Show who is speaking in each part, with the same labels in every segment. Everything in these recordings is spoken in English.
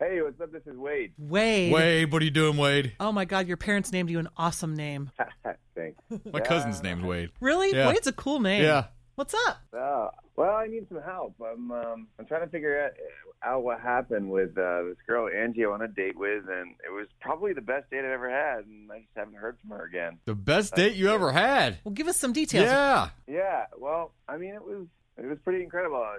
Speaker 1: Hey, what's up? This is Wade.
Speaker 2: Wade.
Speaker 3: Wade, what are you doing, Wade?
Speaker 2: Oh my God, your parents named you an awesome name.
Speaker 1: Thanks.
Speaker 3: My cousin's named Wade.
Speaker 2: Really?
Speaker 3: Yeah.
Speaker 2: Wade's a cool name.
Speaker 3: Yeah.
Speaker 2: What's up?
Speaker 1: Uh, well, I need some help. I'm um, I'm trying to figure out, out what happened with uh, this girl Angie I went on a date with, and it was probably the best date I've ever had, and I just haven't heard from her again.
Speaker 3: The best date you ever had.
Speaker 2: Well, give us some details.
Speaker 3: Yeah.
Speaker 1: Yeah, well, I mean, it was it was pretty incredible. I,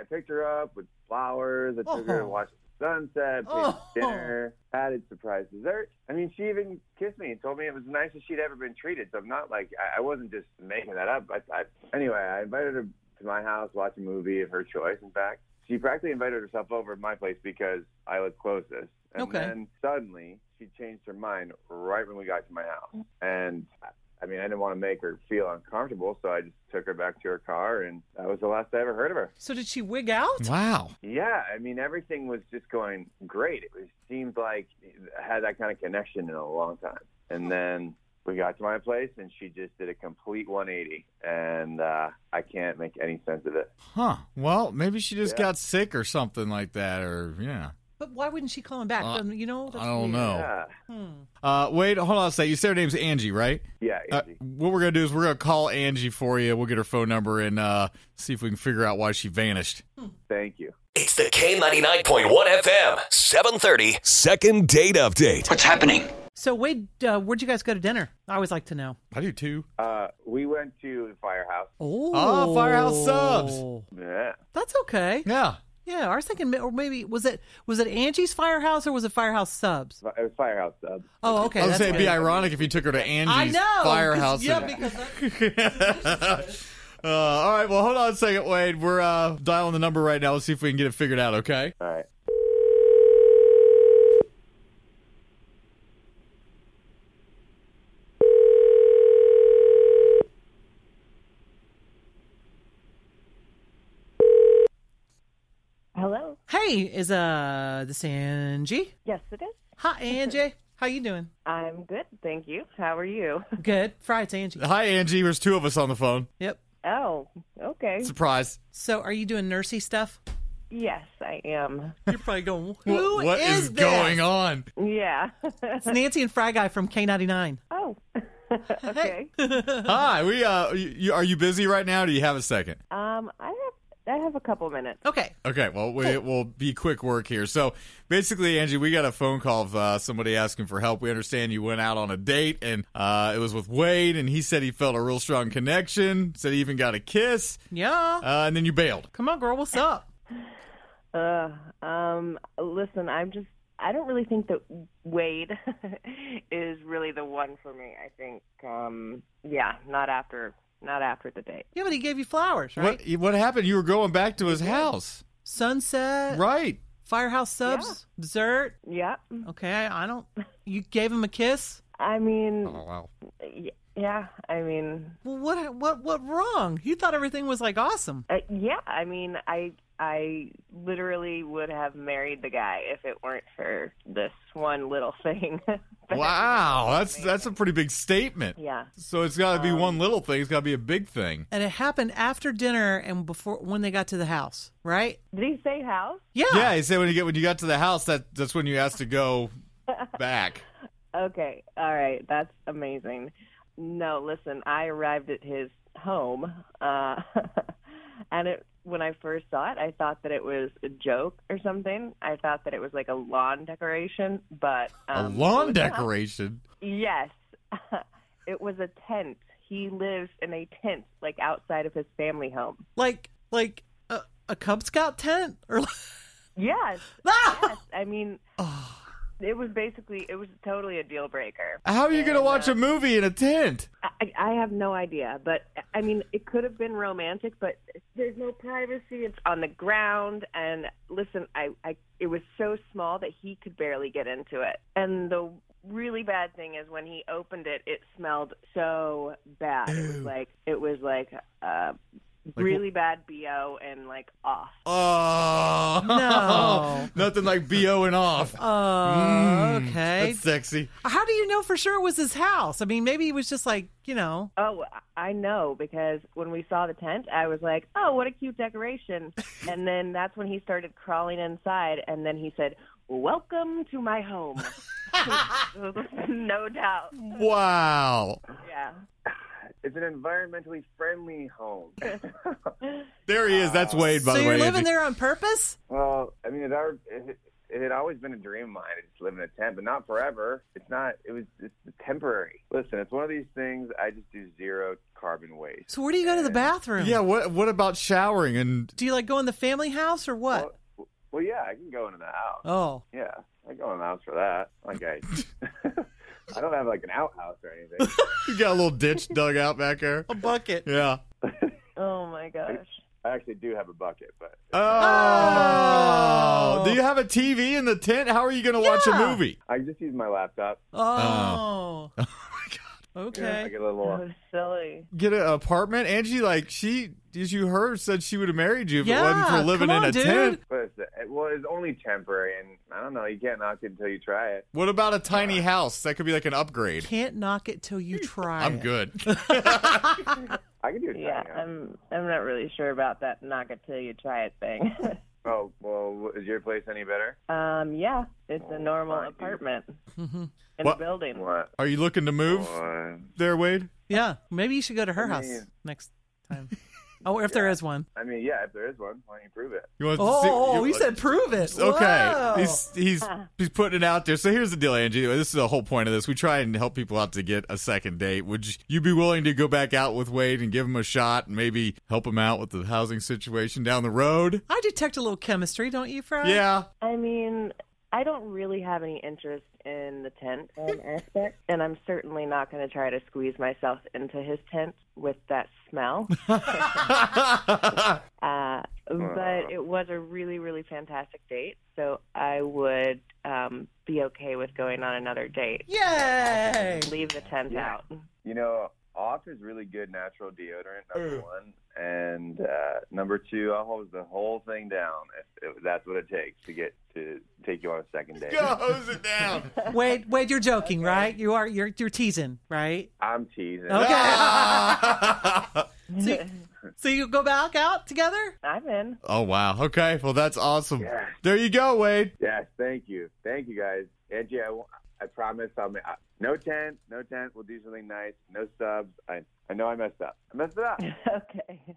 Speaker 1: I picked her up with flowers. I took her to
Speaker 2: Oh.
Speaker 1: watch the sunset, paid for
Speaker 2: Oh.
Speaker 1: dinner, added surprise dessert. I mean, she even kissed me and told me it was the nicest she'd ever been treated. So I'm not like I, I wasn't just making that up. I, I, anyway, I invited her to my house, watch a movie of her choice. In fact, she practically invited herself over to my place because I lived closest. And
Speaker 2: Okay.
Speaker 1: then suddenly she changed her mind right when we got to my house. And I mean, I didn't want to make her feel uncomfortable, so I just took her back to her car, and that was the last I ever heard of her.
Speaker 2: So did she wig out?
Speaker 3: Wow.
Speaker 1: Yeah, I mean, everything was just going great. It was, seemed like I had that kind of connection in a long time. And then we got to my place, and she just did a complete 180, and uh, I can't make any sense of it.
Speaker 3: Huh. Well, maybe she just
Speaker 1: Yeah.
Speaker 3: got sick or something like that, or yeah.
Speaker 2: But why wouldn't she call him back?
Speaker 3: Uh,
Speaker 2: Um, you know? that's
Speaker 3: I don't
Speaker 2: weird.
Speaker 4: Oh.
Speaker 3: know.
Speaker 1: Yeah,
Speaker 2: Hmm.
Speaker 3: Uh, Wade, hold on a sec. You said her name's Angie, right?
Speaker 1: yeah,
Speaker 3: Uh,
Speaker 1: Izzy.
Speaker 3: what we're gonna do is we're gonna call Angie for you. We'll get her phone number and uh, see if we can figure out why she vanished.
Speaker 1: thank you.
Speaker 5: It's the K99.1 FM, 730.
Speaker 6: Second date update.
Speaker 7: What's happening?
Speaker 2: So Wade, uh, where'd you guys go to dinner? I always like to know.
Speaker 3: I do too.
Speaker 1: Uh, we went to the firehouse.
Speaker 2: Oh,
Speaker 3: Oh, Firehouse Subs.
Speaker 1: Yeah,
Speaker 2: That's okay.
Speaker 3: Yeah.
Speaker 2: Yeah, I was thinking, ma- or maybe was it was it Angie's Firehouse or was it Firehouse Subs?
Speaker 1: it was firehouse subs.
Speaker 2: Oh, okay.
Speaker 3: I was
Speaker 2: that's
Speaker 3: saying it'd be
Speaker 2: good.
Speaker 3: ironic if you took her to Angie's
Speaker 2: I know. 'cause-
Speaker 3: firehouse.
Speaker 2: Yeah,
Speaker 3: and-
Speaker 2: because I-
Speaker 3: uh, all right, well, hold on a second, Wade. We're uh, dialing the number right now. Let's see if we can get it figured out, okay?
Speaker 1: All right.
Speaker 8: Hello.
Speaker 2: Hey, is uh this Angie?
Speaker 8: Yes, it is.
Speaker 2: Hi, Angie. How you doing?
Speaker 8: I'm good, thank you. How are you?
Speaker 2: Good. Fry, it's Angie.
Speaker 3: Hi, Angie. There's two of us on the phone.
Speaker 2: Yep.
Speaker 8: Oh, okay.
Speaker 3: Surprise.
Speaker 2: So, are you doing nursey stuff?
Speaker 8: Yes, I am.
Speaker 2: You're probably going.
Speaker 3: Wh-
Speaker 2: Who
Speaker 3: what is,
Speaker 2: this?
Speaker 3: going on?
Speaker 8: Yeah.
Speaker 2: It's Nancy and Fry Guy from K99.
Speaker 8: oh. okay.
Speaker 3: Hi, we uh, you, you- are you busy right now? Do you have a second?
Speaker 8: Um, I have I have a couple minutes.
Speaker 2: Okay.
Speaker 3: Okay, well, we, it will be quick work here. So basically, Angie, we got a phone call of uh, somebody asking for help. We understand you went out on a date, and uh, it was with Wade, and he said he felt a real strong connection. Said he even got a kiss,
Speaker 2: Yeah.
Speaker 3: uh, and then you bailed.
Speaker 2: Come on, girl. What's up?
Speaker 8: Uh, um, listen, I'm just I don't really think that Wade is really the one for me. I think um, yeah, not after not after the date.
Speaker 2: Yeah, but he gave you flowers, right?
Speaker 3: What what happened? You were going back to his house,
Speaker 2: Sunset,
Speaker 3: right?
Speaker 2: firehouse subs, dessert.
Speaker 8: Yeah.
Speaker 2: Okay, I don't. You gave him a kiss.
Speaker 8: I mean,
Speaker 3: wow.
Speaker 8: y- yeah, I mean,
Speaker 2: Well, what what what wrong? You thought everything was like awesome.
Speaker 8: Uh, yeah, I mean, I I literally would have married the guy if it weren't for this one little thing. But-
Speaker 3: Wow, that's that's a pretty big statement.
Speaker 8: Yeah.
Speaker 3: So it's got to be one little thing. It's got to be a big thing.
Speaker 2: And it happened after dinner and before when they got to the house, right?
Speaker 8: Did he say house?
Speaker 2: Yeah.
Speaker 3: Yeah, he said when you get when you got to the house, that that's when you asked to go back.
Speaker 8: Okay. All right. That's amazing. No, listen, I arrived at his home, uh, and it when I first saw it, I thought that it was a joke or something. I thought that it was like a lawn decoration, but
Speaker 3: A
Speaker 8: um, it
Speaker 3: lawn
Speaker 8: was not.
Speaker 3: decoration.
Speaker 8: Yes. it was a tent. He lives in a tent, like outside of his family home.
Speaker 2: Like like a, a Cub Scout tent or
Speaker 8: Yes.
Speaker 2: ah!
Speaker 8: yes. I mean,
Speaker 2: Oh,
Speaker 8: it was basically, it was totally a deal breaker.
Speaker 3: How are you going to watch a movie in a tent?
Speaker 8: I, I have no idea, but I mean, it could have been romantic, but there's no privacy. It's on the ground, and listen, I, I, it was so small that he could barely get into it, and the really bad thing is when he opened it, it smelled so bad. It was like it was like uh, really bad bo and like off.
Speaker 3: Oh
Speaker 2: No.
Speaker 3: nothing like boing off. Mm,
Speaker 2: Oh, okay.
Speaker 3: That's sexy.
Speaker 2: How do you know for sure it was his house? I mean, maybe he was just like, you know,
Speaker 8: Oh, I know because when we saw the tent, I was like, "Oh, what a cute decoration!" and then that's when he started crawling inside, and then he said, "Welcome to my home." no doubt.
Speaker 3: Wow.
Speaker 8: Yeah.
Speaker 1: It's an environmentally friendly home.
Speaker 3: There he is. That's Wade, by
Speaker 2: so
Speaker 3: the
Speaker 2: you're
Speaker 3: way.
Speaker 2: living
Speaker 3: Angie.
Speaker 2: there on purpose?
Speaker 1: well, I mean, it, our, it, it had always been a dream of mine to live in a tent, but not forever. It's not. It was it's temporary. Listen, it's one of these things. I just do zero carbon waste.
Speaker 2: So where do you go to the bathroom?
Speaker 3: Yeah, what what about showering and
Speaker 2: Do you like go in the family house or what?
Speaker 1: Well, well, yeah, I can go into the house.
Speaker 2: Oh.
Speaker 1: Yeah, I go in the house for that. Like I, I don't have like an outhouse or anything.
Speaker 3: you got a little ditch dug out back there?
Speaker 2: A bucket.
Speaker 3: Yeah.
Speaker 8: Oh my gosh.
Speaker 1: I actually do have a bucket, but
Speaker 2: Uh,
Speaker 3: Oh. Do you have a TV in the tent? How are you going to watch a
Speaker 2: Yeah.
Speaker 3: movie?
Speaker 1: I just use my laptop.
Speaker 2: Oh. Okay.
Speaker 1: I get a little.
Speaker 8: That was silly.
Speaker 3: Get an apartment? Angie, like, she, as you heard, said she would have married you if
Speaker 2: Yeah,
Speaker 3: it wasn't for living
Speaker 2: come
Speaker 3: in
Speaker 2: on,
Speaker 3: a
Speaker 2: dude.
Speaker 3: tent.
Speaker 1: But it's, it was only temporary, and I don't know. You can't knock it until you try it.
Speaker 3: What about a tiny house? That could be like an upgrade.
Speaker 2: Can't knock it till you try.
Speaker 3: I'm
Speaker 2: it.
Speaker 3: good.
Speaker 1: I can do it.
Speaker 8: Yeah, I'm I'm not really sure about that knock it till you try it thing.
Speaker 1: Oh well, is your place any better?
Speaker 8: um, yeah, it's a normal
Speaker 1: fine, dude.
Speaker 8: apartment in
Speaker 3: What-
Speaker 8: a building.
Speaker 1: What?
Speaker 3: Are you looking to move
Speaker 1: One.
Speaker 3: there, Wade?
Speaker 2: Yeah. Maybe you should go to her
Speaker 1: I
Speaker 2: house
Speaker 1: mean-
Speaker 2: next time. Oh, if there is one.
Speaker 1: I mean, yeah. If there is one, why don't you prove it?
Speaker 3: You want
Speaker 2: Oh,
Speaker 3: you-
Speaker 2: he said prove it.
Speaker 3: Okay,
Speaker 2: Whoa.
Speaker 3: he's he's he's putting it out there. So here's the deal, Angie. This is the whole point of this. We try and help people out to get a second date. Would you- you be willing to go back out with Wade and give him a shot, and maybe help him out with the housing situation down the road?
Speaker 2: I detect a little chemistry, don't you, Fry?
Speaker 3: Yeah.
Speaker 8: I mean, I don't really have any interest in the tent um, aspect, and I'm certainly not going to try to squeeze myself into his tent with that smell. uh, but it was a really, really fantastic date, so I would um, be okay with going on another date.
Speaker 2: Yay.
Speaker 8: Leave the tent out.
Speaker 1: You know, off is really good natural deodorant. Number one, and uh, number two, I'll hose the whole thing down if, if that's what it takes to get to take you on a second date.
Speaker 3: Go hose it down.
Speaker 2: Wade, Wade, you're joking, right? You are you're you're teasing, right?
Speaker 1: I'm teasing.
Speaker 3: Ah.
Speaker 2: So you, so you go back out together?
Speaker 8: I'm in.
Speaker 3: oh wow. Okay. Well, that's awesome.
Speaker 1: Yeah.
Speaker 3: There you go, Wade.
Speaker 1: Yes, thank you, thank you guys. Angie, I, won't- I promise I'll make, uh, no tent, no tent. We'll do something nice. No subs. I I know I messed up. I messed it up.
Speaker 8: okay.